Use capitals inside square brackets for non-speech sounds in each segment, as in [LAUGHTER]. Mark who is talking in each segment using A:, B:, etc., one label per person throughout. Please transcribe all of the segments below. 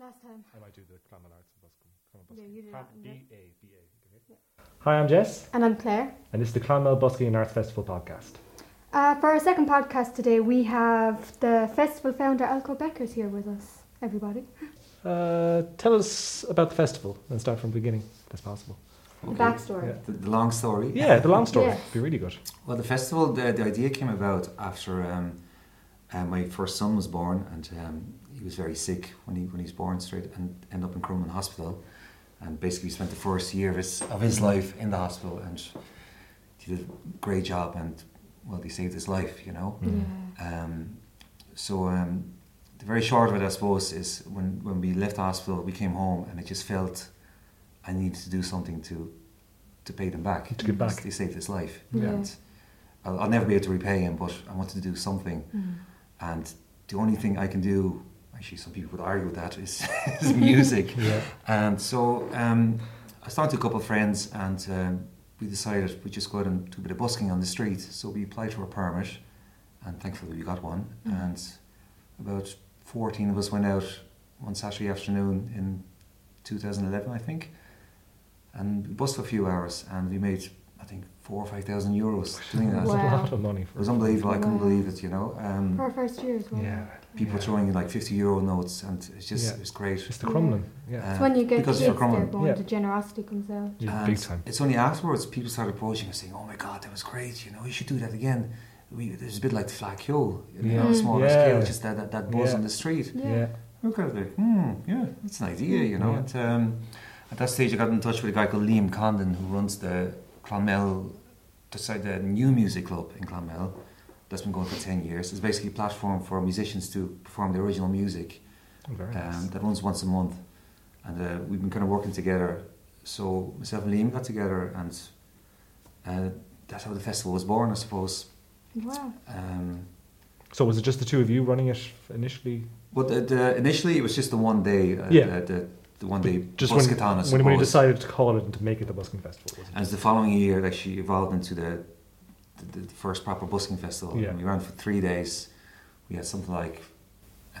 A: Last time.
B: I might do the climate arts and Boscombe. Climate
A: Yeah, you do that and
B: B A B A.
C: Hi, I'm Jess,
A: And I'm Claire.
C: and this is the Clonmel Busking and Arts Festival podcast.
A: Uh, for our second podcast today, we have the festival founder Alco Beckers here with us, everybody.
C: Uh, tell us about the festival and start from the beginning, if that's possible.
A: The backstory.
C: Yeah.
D: The, the long story.
C: Yeah, the long story.
A: Yeah.
C: Be really good.
D: Well, the festival, the, the idea came about after um, uh, my first son was born, and um, he was very sick when he when he was born, straight and ended up in Crumlin Hospital, and basically spent the first year of his of his life in the hospital, and he did a great job, and well, he saved his life, you know.
A: Yeah.
D: Um, so um, the very short of it, I suppose, is when, when we left the hospital, we came home, and I just felt I needed to do something to to pay them back.
C: To give back.
D: They saved his life,
A: Yeah.
D: and I'll, I'll never be able to repay him, but I wanted to do something.
A: Mm.
D: And the only thing I can do, actually, some people would argue with that, is, [LAUGHS] is music.
C: Yeah.
D: And so um, I started a couple of friends, and um, we decided we just go out and do a bit of busking on the street. So we applied for a permit, and thankfully we got one.
A: Mhm.
D: And about 14 of us went out one Saturday afternoon in 2011, I think, and we bussed for a few hours, and we made I think four or five thousand
A: [LAUGHS]
D: euros doing that.
C: That's
A: Wow.
C: a lot of money for
D: It was unbelievable. I couldn't
A: Wow.
D: believe it. You know,
A: Mm. For
D: um,
A: our first year as well.
C: Yeah.
D: people
C: yeah.
D: throwing in like 50 euro notes, and it's just
C: Yeah.
D: it's great.
C: It's the Crumlin. Yeah.
A: It's
D: Uh,
A: when you get
D: because
A: kids,
D: it's
A: they're
D: for Crumlin.
A: born,
C: Yeah.
A: the generosity comes out.
C: yeah.
D: And
C: Big time.
D: It's only afterwards people started approaching and saying, "Oh my God, that was great! You know, you should do that again." We, there's a bit like Flack Hill, you know,
C: Yeah.
D: on a
A: Mm.
D: smaller
C: Yeah.
D: scale, just that that, that buzz
C: Yeah.
D: on the street.
A: Yeah.
D: We were kind of like, "Hmm, yeah, that's an idea," you know.
C: Yeah.
D: And um, at that stage, I got in touch with a guy called Liam Condon, who runs the Clonmel, the, sorry, the new music club in Clonmel. That's been going for ten years. It's basically a platform for musicians to perform their original music
C: Oh, Very nice.
D: um, that runs once a month. And uh, we've been kind of working together. So myself and Liam got together, and uh, that's how the festival was born, I suppose.
A: Wow.
D: Um,
C: so was it just the two of you running it initially?
D: but the, the, initially, it was just the one day. Uh,
C: Yeah.
D: The, the, the one day
C: just when,
D: Buskaton, I
C: when, when you
D: suppose.
C: decided to call it and to make it the Busking Festival, was it?
D: And the following year, it actually evolved into the, the, the first proper busking festival.
C: Yeah.
D: And we ran for three days. We had something like,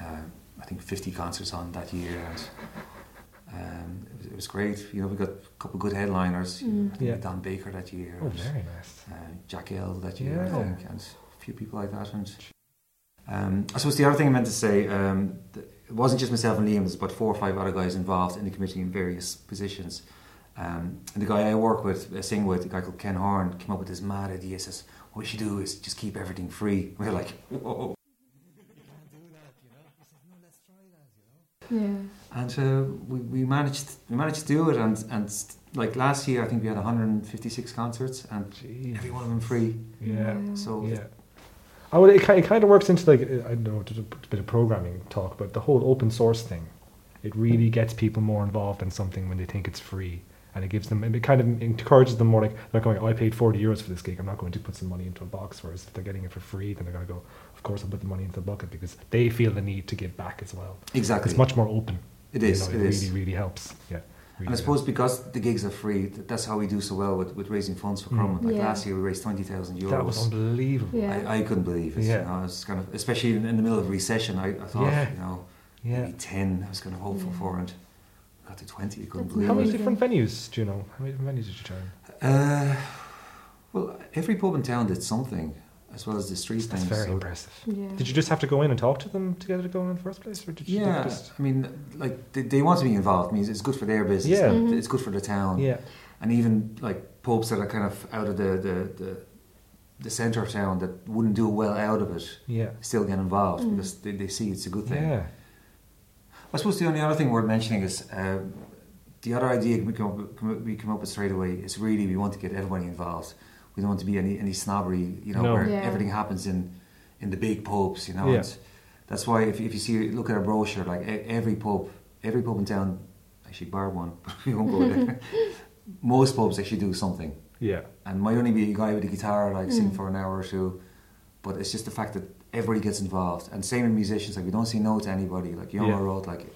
D: uh, I think, 50 concerts on that year. And, um, it, was, it was great. You know, we got a couple of good headliners. You know,
A: Mm.
D: I think
C: Yeah.
D: Don Baker that year.
C: Oh,
D: and,
C: very nice.
D: uh, Jack Hill that year,
C: Yeah.
D: I think, and a few people like that. And um, I suppose the other thing I meant to say, um, th- it wasn't just myself and Liam, there's about four or five other guys involved in the committee in various positions. Um, and the guy I work with, uh, sing with, a guy called Ken Horn, came up with this mad idea. He says, What we should do is just keep everything free. [LAUGHS] We're like, Whoa.
A: Yeah.
D: And uh, we, we managed we managed to do it. And, and like last year, I think we had 156 concerts, and every one of them free.
C: Yeah.
D: So
C: Yeah. I would, it, ki- it kind of works into like uh, I don't know just a p- bit of programming talk, but the whole open source thing, it really gets people more involved in something when they think it's free, and it gives them and it kind of encourages them more like they're going, oh, I paid forty euros for this gig, I'm not going to put some money into a box. Whereas if they're getting it for free, then they're going to go, of course I'll put the money into the bucket because they feel the need to give back as well.
D: exactly.
C: It's much more open.
D: It
C: you
D: is,
C: know,
D: it
C: really
D: is.
C: really helps. Yeah.
D: And I suppose because the gigs are free, th- that's how we do so well with, with raising funds for
C: Mm.
D: Crumlin. Like
A: Yeah.
D: last year, we raised twenty thousand euros.
C: that was unbelievable.
A: Yeah.
D: I, I couldn't believe it.
C: Yeah.
D: You know, I was kind of, especially in, in the middle of recession, I, I thought,
C: Yeah.
D: you know,
C: Yeah.
D: maybe ten. I was kind of hopeful
A: Yeah.
D: for, and we got to twenty. I couldn't
A: That's
D: believe
C: How many
A: amazing.
D: it.
C: different venues do you know? How many different venues did you try?
D: Uh, well, every pub in town did something, as well as the street
C: That's
D: things.
C: very
D: so-
C: impressive.
A: Yeah.
C: Did you just have to go in and talk to them to get it going in the first place, or did you
D: yeah,
C: just
D: I mean, like they, they want to be involved. I mean, it's good for their business.
C: Yeah.
A: Mhm.
D: it's good for the town.
C: yeah,
D: and even like pubs that are kind of out of the the, the, the centre of town that wouldn't do well out of it
C: yeah,
D: still get involved
A: Mm.
D: because they, they see it's a good thing.
C: yeah,
D: I suppose the only other thing worth mentioning is um, the other idea we come, up, with- come up- we come up with straight away is really we want to get everybody involved. We don't want to be any, any snobbery, you know,
C: No.
D: where
A: Yeah.
D: everything happens in, in the big pubs, you know.
C: Yeah.
D: and That's why if, if you see, look at our brochure, like e- every pub, every pub in town, actually bar one, [LAUGHS] we won't
A: [LAUGHS]
D: go there. Most pubs actually do something
C: yeah,
D: and might only be a guy with a guitar like sing
A: Mm.
D: for an hour or two but it's just the fact that everybody gets involved and same with musicians like we don't say no to anybody like you on
C: Yeah.
D: the road like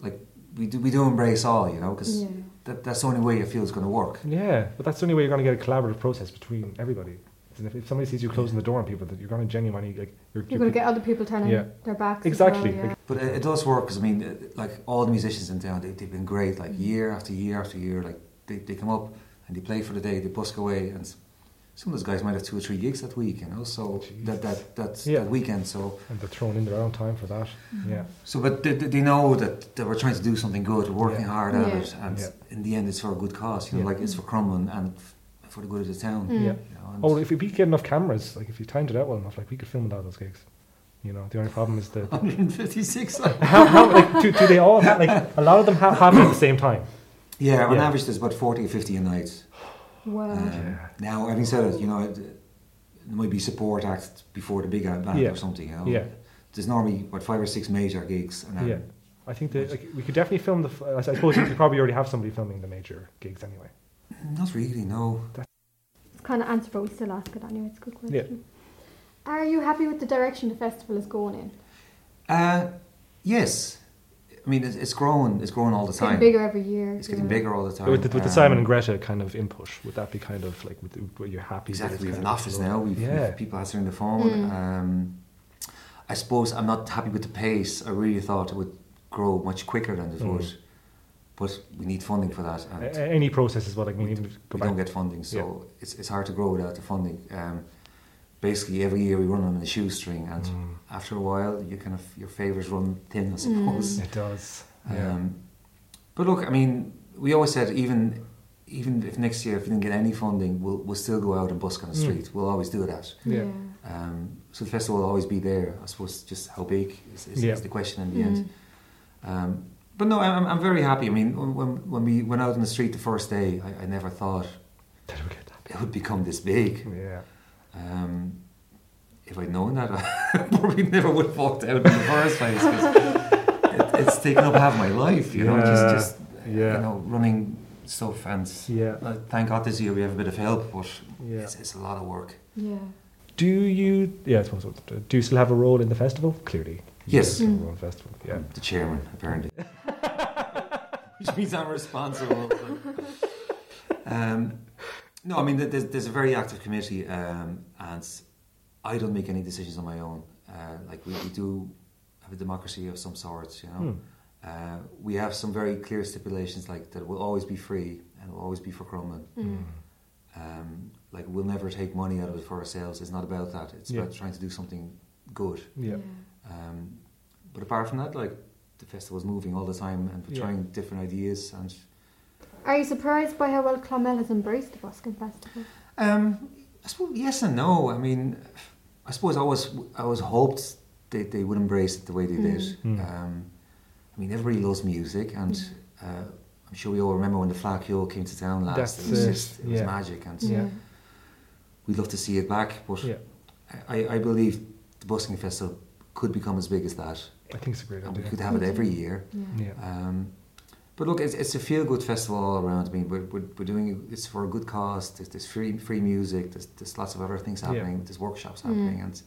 D: like we do, we do embrace all you know because
A: Mm. Yeah.
D: that, that's the only way I feel it's going to work
C: yeah. But that's the only way you're going to get a collaborative process between everybody. And if, if somebody sees you closing the door on people, that you're going to genuinely like you're,
A: You're going to get other people turning
C: Yeah.
A: their backs. as well,
C: exactly.
A: yeah.
C: Like,
D: But it, it does work because I mean, uh, like all the musicians in town, they, they've been great. Like
A: Mm-hmm.
D: year after year after year, like they, they come up and they play for the day, they busk away, and s- some of those guys might have two or three gigs that week, you know. So that that that,
C: Yeah.
D: that weekend, so
C: and they're thrown in their own time for that. Yeah.
D: so but they, they they know that, that we're trying to do something good, we're working
C: Yeah.
D: hard at
A: Yeah.
D: it, and
C: Yeah.
D: in the end, it's for a good cause. You know,
C: Yeah.
D: like it's for Crumlin and f- for the good of the town.
A: Mm.
C: Yeah.
D: You know, and [LAUGHS]
C: Oh, if we get enough cameras, like if you timed it out well enough, like we could film a lot of those gigs. You know, the only problem is [LAUGHS] the
A: [LAUGHS]
D: 156. like-
C: how, how like do, do they all ha- like a lot of them ha- happen at the same time?
D: yeah, on
C: Yeah.
D: average, there's about 40 or 50 a night.
A: Wow.
D: Um,
C: Yeah. Uh,
D: Now, having said it, you know, it, there might be support act before the big act band
C: Yeah.
D: or something. You know,
C: Yeah.
D: there's normally what five or six major gigs. And uh,
C: Yeah, I think that like, we could definitely film the. f- I suppose you probably already have somebody filming the major gigs anyway.
D: Not really. No.
A: It's kind of answered, but we still ask it anyway. It's a good question.
C: Yeah.
A: Are you happy with the direction the festival is going in?
D: Uh, yes. I mean, it's, it's growing. It's growing all the
A: It's
D: time.
A: getting bigger every year.
D: It's
A: you
D: getting
A: know.
D: bigger all the time.
C: With the, with the
D: Um,
C: Simon and Greta kind of input, would that be kind of like with, what you're happy? that
D: Exactly.
C: it's
D: We have an
C: kind of
D: office
C: slow?
D: now. We've,
C: yeah,
D: we've people answering the phone.
A: Mm.
D: Um, I suppose I'm not happy with the pace. I really thought it would grow much quicker than it
C: Mm.
D: would, but we need funding for that. And
C: A- a- any process is what I mean. even if you go
D: we
C: back-
D: don't get funding, so it's, it's hard to grow without the funding. Um, basically, every year we run on a shoestring, and
C: Mm,
D: after a while, you kind of your favors run thin, I
A: Mm.
D: suppose.
C: it does. Yeah.
D: Um, but look, I mean, we always said even even if next year if we didn't get any funding, we'll we'll still go out and busk on the
C: Mm.
D: street. We'll always do that.
C: Yeah.
D: Um, so the festival will always be there. I suppose just how big is, is,
C: Yeah.
D: is the question in the
A: Yeah.
D: end.
A: Mm.
D: Um, but no, I'm, I'm very happy. I mean, when- when, when we went out on the street the first day, I, I never thought
C: Did we get that?
D: it would become this big.
C: Yeah.
D: Um, if I'd known that, [LAUGHS] I probably never would have walked out in the first place. 'cause it, it's taken up half my life, you know, just,
C: Yeah,
D: just
C: yeah.
D: you know, running stuff. And
C: Yeah.
D: like, thank God this year we have a bit of help, but
C: Yeah.
D: it's, it's a lot of work.
A: Yeah.
C: Do you? Yeah, I suppose. Do you still have a role in the festival? Clearly. you
D: Yes.
C: still have a
A: Mm.
C: role in the festival. Yeah.
D: I'm the chairman, apparently. [LAUGHS] Which means I'm responsible. [LAUGHS] um, no, I mean, th- there's, there's a very active committee, um, and I don't make any decisions on my own. Uh, like, we, we do have a democracy of some sort, you know.
C: Hmm.
D: Uh, we have some very clear stipulations, like that will always be free and will always be for Crumlin.
A: Mm.
D: Um, like, we'll never take money out of it for ourselves. It's not about that. It's
C: Yeah.
D: about trying to do something good.
C: Yeah.
D: Um, but apart from that, like the festival's moving all the time and we're
C: Yeah.
D: trying different ideas. And
A: Are you surprised by how well Clonmel has embraced the Busking Festival?
D: um, I suppose yes and no. I mean, I suppose I was I was hoped they they would embrace it the way they did.
C: Mm. Mm.
D: Um, I mean, everybody loves music, and
A: Mm.
D: uh, I'm sure we all remember when the Flacco came to town last.
C: That's
D: it was
C: it,
D: just it was
C: yeah.
D: magic,
A: Hmm.
D: and
C: Yeah.
D: we'd love to see it back. But
C: Yeah.
D: I, I believe the busking festival could become as big as that,
C: I think it's a great
D: and we
C: idea.
D: could have it every year.
A: Yeah.
C: Yeah.
D: Um, but look, it's, it's a feel good festival all around. I mean, we're, we're, we're doing it, it's for a good cause. There's, there's free free music. There's, there's lots of other things
C: Yeah.
D: happening. There's workshops
A: Mm.
D: happening, and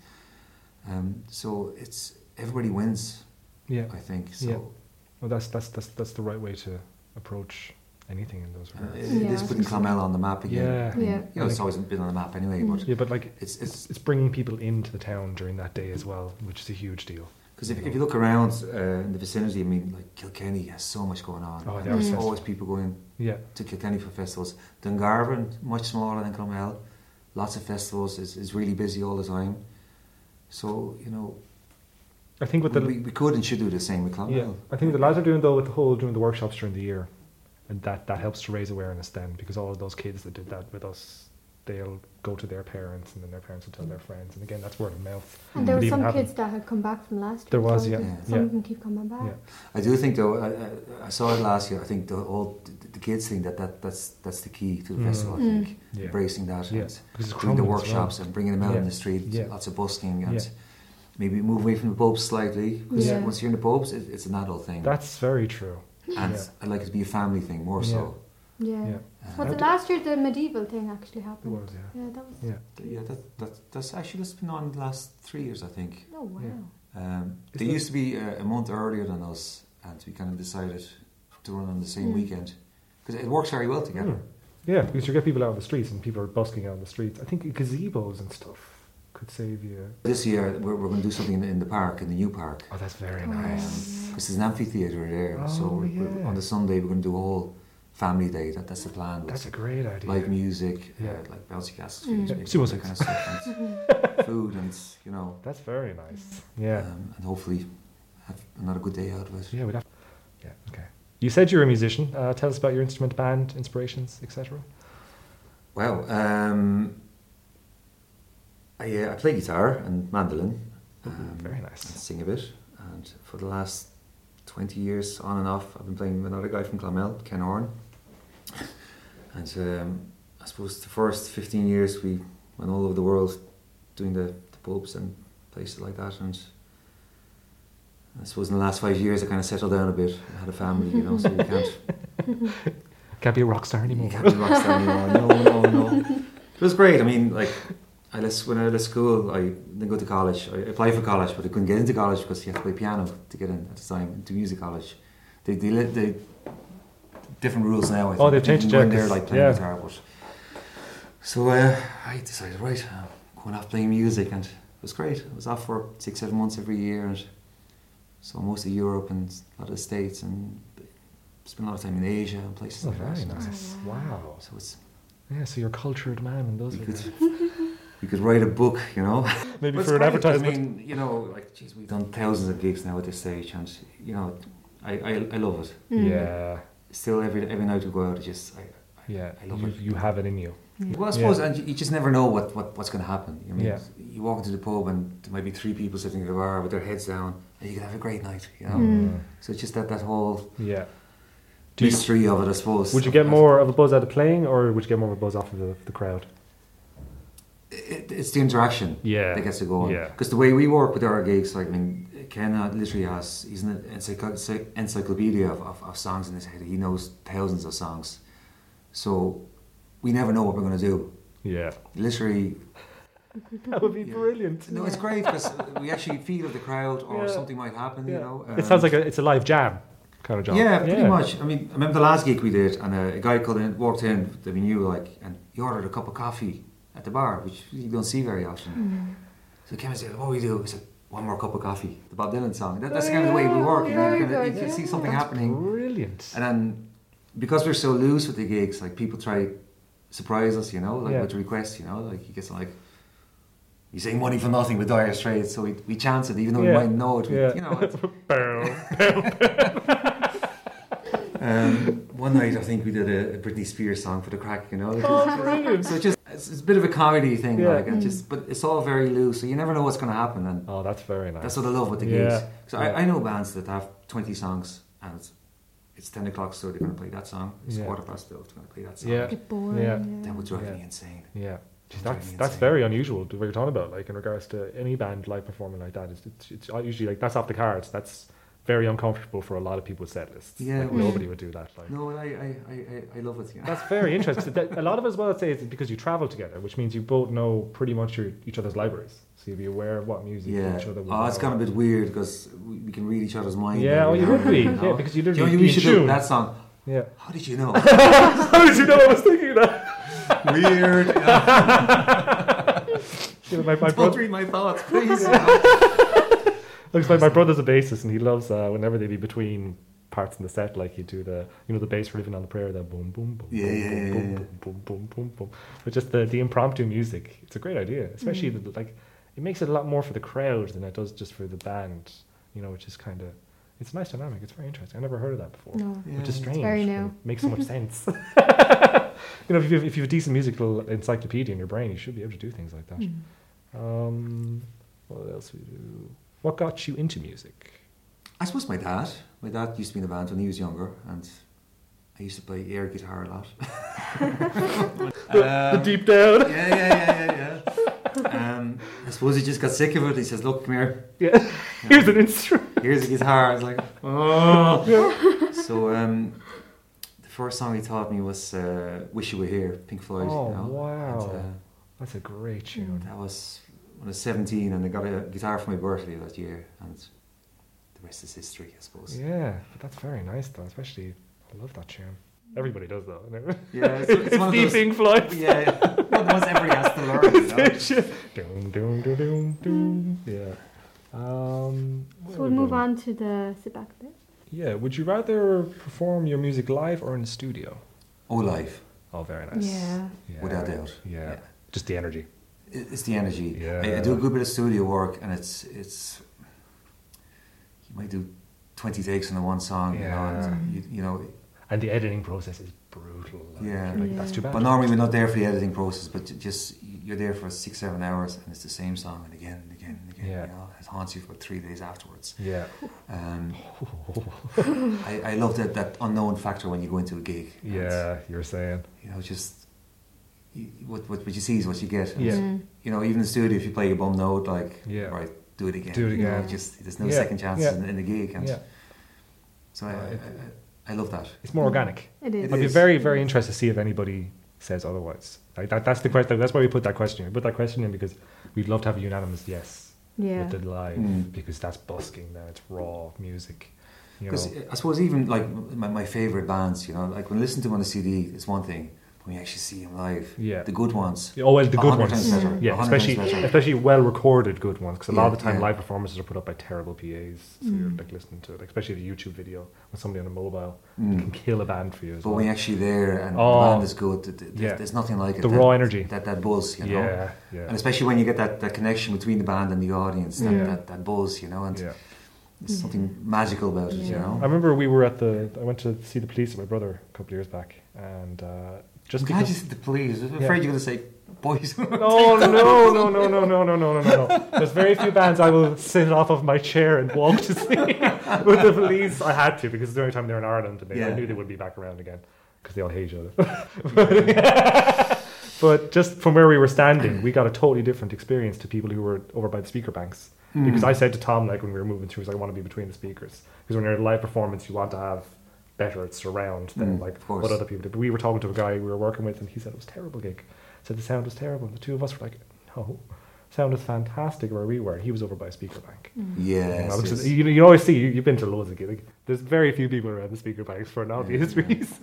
D: um, so it's everybody wins.
C: Yeah.
D: I think so.
C: Yeah. Well, that's that's that's that's the right way to approach anything in those
D: Uh,
C: regards.
D: it,
C: Yeah,
D: it is
A: Yeah.
D: putting Clamel on the map again.
C: Yeah.
D: I mean,
A: Yeah.
D: You know, it's always been on the map anyway,
A: Mm.
D: but
C: but like
D: it's
C: it's
D: it's
C: it's bringing people into the town during that day as well, which is a huge deal.
D: because if, if you look around uh, in the vicinity, I mean, like Kilkenny has so much going on.
C: Oh,
D: And
C: they
A: are
D: there's
A: festival.
D: always people going
C: Yeah.
D: to Kilkenny for festivals. Dungarvan, much smaller than Clonmel, lots of festivals, is, is really busy all the time. So, you know,
C: I think with the
D: we, we could and should do the same with
C: yeah,
D: Clonmel.
C: I think the lads are doing though with the whole doing the workshops during the year, and that that helps to raise awareness then because all of those kids that did that with us, they'll go to their parents and then their parents will tell their friends, and again that's word of mouth.
A: And there
C: Would
A: were
C: even
A: some
C: happen.
A: kids that had come back from last year.
C: There was,
A: so
C: yeah,
D: Yeah.
A: Some
C: yeah.
A: of them keep coming back.
C: Yeah.
D: I do think, though, I, I, I saw it last year, I think the whole the, the kids thing, that, that that's that's the key to the
C: Mm.
D: festival, I
A: Mm.
D: think.
C: Yeah.
D: Embracing that
C: Yeah.
D: and
C: Because it's
D: doing
C: Crumlin as
D: the
C: well.
D: workshops and bringing them out
C: Yeah.
D: in the street,
C: Yeah.
D: lots of busking and
C: Yeah.
D: maybe move away from the pubs slightly. 'cause
A: Yeah.
D: Once you're in the pubs, it, it's an adult thing.
C: That's very true.
D: and
C: Yeah.
D: I'd like it to be a family thing more
C: Yeah.
D: so.
A: Yeah.
C: Yeah.
D: Um,
A: Was it
C: And-
A: last year the medieval thing actually
C: It
A: happened?
C: was, yeah.
A: Yeah, that was.
C: Yeah.
D: Yeah, that, that, that's actually that's been on the last three years, I think.
A: Oh, wow.
C: Yeah.
D: Um,
C: Is
D: they
C: that-
D: used to be uh, a month earlier than us, and we kind of decided to run on the same
A: Mm.
D: weekend because it works very well together.
C: Mm. Yeah, because you get people out on the streets and people are busking out on the streets. I think gazebos and stuff could save you.
D: This year, we're, we're going to do something in, in the park, in the new park.
C: Oh, that's very
A: Oh,
C: nice.
A: yeah.
D: Because there's an amphitheatre there, so
C: Oh,
D: we're, we're-
C: yeah.
D: on the Sunday we're going to do a whole family day. That, that's the plan. with
C: That's a great idea.
D: live music,
C: Yeah.
D: uh, like bouncy castles,
A: Mm.
C: Yeah, see what's
D: that kind of
C: next.
A: [LAUGHS]
D: stuff, and food, and you know,
C: That's very nice. Yeah.
D: um, and hopefully have another good day out of it.
C: yeah, we'd have. Yeah, okay. You said you were a musician. Uh, tell us about your instrument, band, inspirations, etc.
D: Well, um, I, uh, I play guitar and mandolin. Um,
C: Mm-hmm. very
D: and
C: nice.
D: sing a bit. And for the last 20 years, on and off, I've been playing with another guy from Clamel, Ken Horn. And um, I suppose the first 15 years, we went all over the world doing the, the pubs and places like that. And I suppose in the last five years, I kind of settled down a bit. I had a family, you
C: [LAUGHS]
D: know, so you can't,
C: Can't be a rock star anymore.
D: you can't be a rock star anymore. No, no, no. It was great. I mean, like, I left, when I left school, I didn't go to college. I applied for college, but I couldn't get into college because you had to play piano to get in at the time into music college. They, they, let- they different rules now. I
C: Oh, they've changed it,
D: When they're
C: 'cause-
D: like playing
C: yeah.
D: guitar, but so uh, I decided, right, I'm going off playing music, and it was great. I was off for six, seven months every year, and so most of Europe and a lot of the states, and spent a lot of time in Asia and places
C: Oh,
D: like
C: very
D: that.
C: nice.
A: Oh,
C: Wow.
D: So it's
C: Yeah, so you're a cultured man in those
D: we
C: regards.
D: could, we could write a book, you know.
C: [LAUGHS] Maybe
D: But it's
C: for an
D: great.
C: advertisement.
D: I mean, you know, like, geez, we've done thousands of gigs now at this stage, and you know, I, I, I love it.
A: Mm. [LAUGHS]
C: Yeah,
D: Still, every every night we go out, it's just I, I,
C: yeah.
D: I love
C: You,
D: it.
C: you have it in you.
D: Well, I suppose, and you, you just never know what, what, what's going to happen. I mean,
C: Yeah.
D: you walk into the pub and there might be three people sitting at the bar with their heads down, and you can have a great night. You know,
A: Mm.
D: so it's just that that whole
C: Yeah. Do you-
D: mystery of it, I suppose.
C: would you get
D: I-
C: more of a buzz out of playing, or would you get more of a buzz off of the, the crowd?
D: It, it's the interaction.
C: Yeah.
D: that gets to go on.
C: Yeah.
D: Because the way we work with our gigs, like, I mean, Ken uh, literally has, he's an encycl- encyclopedia of, of, of songs in his head. He knows thousands of songs. So we never know what we're going to do.
C: Yeah.
D: Literally,
C: That would be
D: Yeah.
C: brilliant.
D: no, it's great because we actually feel the crowd or
C: Yeah.
D: something might happen, you know.
C: it sounds
D: um,
C: like a, it's a live jam kind of job.
D: Yeah, pretty much. I mean, I remember the last gig we did, and uh, a guy called in, walked in that we knew, like, and he ordered a cup of coffee at the bar, which you don't see very often.
A: Mm-hmm.
D: So he came and said, "What do we do?" I said, "One more cup of coffee." The Bob Dylan song. That, that's the kind of the way we work. You, know,
A: Very
D: you, can,
A: good,
D: you can see
A: Oh, yeah.
D: something happening,
C: Brilliant. [LAUGHS]
D: and then because we're so loose with the gigs, like people try surprise us, you know, like
C: Yeah.
D: with requests, you know, like you get some, like. You say money for nothing with Dire Straits, so we, we chance it, even though
C: Yeah.
D: we might know it. We,
C: Yeah.
D: You know, it's-
C: Bow.
D: Um, one night, I think we did a, a Britney Spears song for the crack, you know.
C: Oh, brilliant.
D: So it's just it's, it's a bit of a comedy thing,
C: Yeah. Mm.
D: like, and just but it's all very loose, so you never know what's going to happen, and
C: Oh, that's very nice.
D: that's what I love with the
C: Yeah.
D: gigs. So
C: Yeah.
D: I, I know bands that have twenty songs, and it's, it's ten o'clock, so they're going to play that song. It's
C: Yeah.
D: quarter past twelve, they're going to play that song.
C: Yeah.
A: Get
C: [LAUGHS]
A: boring.
C: Yeah.
D: that would drive
C: Yeah.
D: me insane.
C: yeah. Jeez,
D: It's
C: that's
D: really
C: that's
D: insane.
C: very unusual. What you're talking about, like in regards to any band live performing like that, it's, it's, it's usually like that's off the cards. That's very uncomfortable for a lot of people's set lists.
D: Yeah,
C: like,
D: well-
C: nobody would do that. Like,
D: No, I I, I, I- I love it. Yeah.
C: That's very interesting. That- a lot of us well say it's because you travel together, which means you both know pretty much your, each other's libraries, so you'd be aware of what music
D: Yeah.
C: each other. would
D: Oh, it's
C: know.
D: kind of a bit weird because we, we can read each other's mind.
C: Yeah, oh,
D: every
C: you
D: now
C: would [LAUGHS]
D: and
C: be.
D: then, you know?
C: Yeah, because you'd
D: Do you know
C: literally
D: what
C: be
D: we
C: in
D: should do
C: tune.
D: that song.
C: [LAUGHS] Yeah.
D: How did you know? [LAUGHS]
C: How did Oh, you know I was thinking [LAUGHS] of that?
D: weird.
C: You know, my, my
D: Don't
C: brother,
D: read my [LAUGHS] thoughts, please.
C: looks like my brother's a bassist, and he loves uh, whenever they be between parts in the set, like you do the you know the bass riffing on the prayer, the boom boom boom
D: Yeah,
C: boom,
D: yeah,
C: boom,
D: yeah,
C: boom,
D: yeah.
C: boom boom boom boom boom. But just the the impromptu music, it's a great idea, especially
D: Mm.
C: the, like it makes it a lot more for the crowd than it does just for the band. You know, which is kind of it's a nice dynamic. It's very interesting. I never heard of that before.
A: No.
C: which is strange.
A: very
C: but
A: new.
C: It makes so
A: [LAUGHS]
C: much sense. [LAUGHS] you know, if you, have, if you have a decent musical encyclopedia in your brain, you should be able to do things like that.
A: Mm.
C: Um, what else we do? What got you into music?
D: I suppose my dad. My dad used to be in a band when he was younger, and I used to play air guitar a [LAUGHS] lot. Um,
C: the deep
D: [LAUGHS]
C: down. [LAUGHS]
D: yeah, yeah, yeah, yeah, yeah. Um, I suppose he just got sick of it. He says, "Look, come here.
C: Yeah. Here's an instrument.
D: Here's a guitar." I was like, "Oh." So um, the first song he taught me was uh, "Wish You Were Here," Pink Floyd.
C: Oh,
D: you know?
C: wow.
D: And, uh,
C: That's a great tune.
D: That was when I was 17 and I got a guitar for my birthday that year, and the rest is history, I suppose.
C: Yeah, but that's very nice though, especially. I love that tune. Everybody does though. [LAUGHS]
D: Yeah, it's, it's one of
C: the
D: those.
C: Pink Floyd.
D: Yeah, one of the ones everybody has to learn. You know?
C: Doom, doom, doom, doom, doom. Yeah. Um, where
A: So
C: we
A: we'll move
C: going?
A: on to the sit back bit.
C: Yeah. Would you rather perform your music live or in the studio?
D: Oh, life,
C: Oh, very nice.
A: Yeah.
C: Yeah.
D: without doubt.
C: Yeah.
D: Yeah.
C: Just the energy.
D: It- It's the energy.
C: Yeah.
D: I, I do a good bit of studio work, and it's it's. You might do twenty takes on the one song, you know.
C: Yeah.
D: And you, you know,
C: And the editing process is brutal. Like,
D: Yeah.
C: you're like,
A: Yeah.
C: That's too bad.
D: but normally we're not there for the editing process, but ju- just you're there for six, seven hours, and it's the same song and again and again and again.
C: Yeah.
D: You know, it haunts you for three days afterwards.
C: Yeah.
D: Um, I, I love that that unknown factor when you go into a gig. and,
C: Yeah. You're saying.
D: you know, just you, what, what what you see is what you get. and
C: Yeah.
A: Mm.
D: you know, even in the studio, if you play a bum note, like,
C: Yeah.
D: right, do it again.
C: Do it
D: You know,
A: again.
D: just there's no
C: Yeah,
D: second chances
C: yeah.
D: in, in the gig, and
C: Yeah.
D: so I, I,
C: Right.
D: I, I love that.
C: It's more organic.
A: It is.
D: Hmm. It
C: I'd be
D: is.
C: very, very interested to see if anybody says otherwise. Like that, that's the question. That's why we put that question. We put that question in because we'd love to have a unanimous yes
A: Yeah.
C: with the live
D: Mm.
C: because that's busking now. It's raw music. You know.
D: Because I suppose even like my, my favorite bands, you know, like when I listen to them on a CD, it's one thing. When you actually see them live,
C: Yeah.
D: the good ones,
C: Yeah, oh well, the
D: a
C: good
D: hundred times
C: ones.
D: better, a
C: Yeah,
D: hundred
C: especially
D: times better.
C: especially well recorded good ones because a lot
D: Yeah,
C: of the time
D: yeah. Hmm.
C: live performances are put up by terrible PAs. So you're like listening to it, like, especially the YouTube video with somebody on a mobile
D: Mm.
C: can kill a band for you. As
D: But
C: well.
D: when you're actually there and
C: Oh.
D: the band is good, th- th-
C: Yeah.
D: there's nothing like it.
C: The
D: that,
C: raw energy.
D: that that buzz, you know,
C: yeah, yeah,
D: and especially when you get that, that connection between the band and the audience, that,
C: Yeah.
D: that, that buzz, you know, and
C: yeah.
D: there's something magical about it, you
A: Yeah.
D: know.
C: I remember we were at the. I went to see the police with my brother a couple of years back, and uh, just
D: I'm glad
C: because.
D: you said the police. I was afraid you're going to say
C: [LAUGHS]
D: boys.
C: No, no, no, no, no, no, no, no, no, no, no. There's very few bands I will sit off of my chair and walk to see [LAUGHS] with the police. I had to because it's the only time they're in Ireland, and they, I
D: Yeah.
C: knew they would be back around again because they all hate each other. [LAUGHS] but just from where we were standing, we got a totally different experience to people who were over by the speaker banks.
D: Hmm.
C: Because I said to Tom, like when we were moving through, I was like, I want to be between the speakers because when you're at a live performance, you want to have better surround than
D: Mm,
C: like
D: of course.
C: what other people did. But we were talking to a guy we were working with, and he said it was a terrible gig. Said the sound was terrible. And the two of us were like, no, sound is fantastic where we were. And he was over by a speaker bank.
D: Hmm.
C: And I
D: Yes.
C: was just-
D: yes.
C: you, you always see you, you've been to loads of gigs. Like, there's very few people around the speaker banks for an obvious [LAUGHS] reason.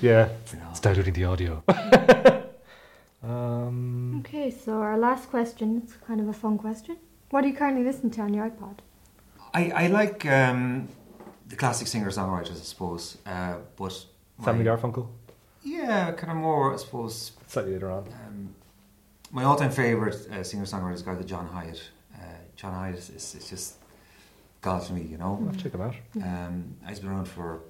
C: yeah, it's, it's diluting the audio. [LAUGHS] um,
A: Okay, so our last question, it's kind of a fun question. What do you currently listen to on your iPod?
D: I, I like um, the classic singer songwriters, I suppose. Uh, but my-
C: Simon Garfunkel,
D: Yeah, kind of more, I suppose.
C: slightly later on.
D: Um, my all time favourite uh, singer songwriter is a guy called John Hyatt. Uh, John Hyatt is, is, is just God to me, you know.
C: I'll check him out.
D: Um, he's been around for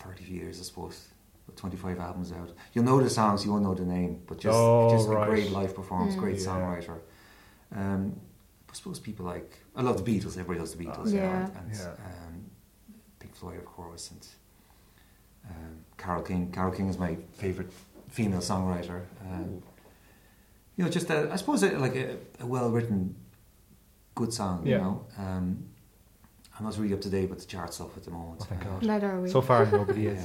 D: 30 years, I suppose. with 25 albums out. You'll know the songs, you won't know the name, but just,
C: Oh,
D: just
C: right. Mm-hmm.
D: a great live performance, great
C: Yeah.
D: songwriter. Um, I suppose people like, I love the Beatles, everybody loves the Beatles,
A: Yeah.
D: you know, and, and
C: Oh, Yeah.
D: Um, Pink Floyd, of course, and um, Carol King. Carol King is my favourite female songwriter. Um, you know, just a, I suppose a, like a, a well written, good song,
C: Yeah.
D: you know. Um, I'm not really up to date with the chart stuff at the moment.
C: Oh, thank
D: Uh,
C: God.
A: Neither are we.
C: So far, nobody
D: yeah.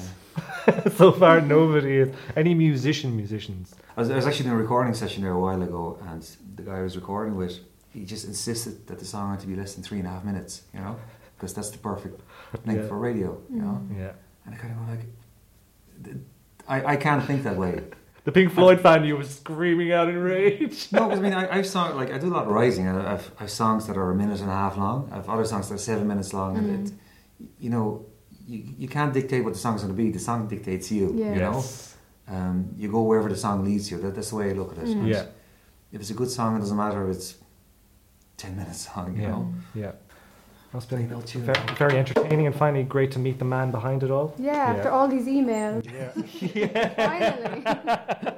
C: is. [LAUGHS] so far, nobody is. Any musician, musicians.
D: I was, I was actually in a recording session there a while ago, and the guy I was recording with, he just insisted that the song had to be less than three and a half minutes, you know, because that's the [LAUGHS] perfect length
C: Yeah.
D: for radio, you know.
C: Yeah.
D: And I kind of went like, th- I, I can't think that way.
C: The Pink Floyd fan you was screaming out in
D: [LAUGHS]
C: rage.
D: [LAUGHS] No, 'cause I mean, I, I've sung, like, I do a lot of writing, and I've, I've songs that are a minute and a half long, I've other songs that are seven minutes long, and it, you know, you, you can't dictate what the song's going to be, the song dictates you,
A: Yeah.
D: you know. Um, you go wherever the song leads you, that, that's the way I look at it. And
C: Yeah.
D: if it's a good song, it doesn't matter if it's 10 minutes long, you
C: Yeah.
D: know?
C: Yeah. That's
D: They
C: been
D: know too.
C: very, very entertaining and finally great to meet the man behind it all.
A: Yeah, after all these emails.
C: Yeah.
A: [LAUGHS] Finally.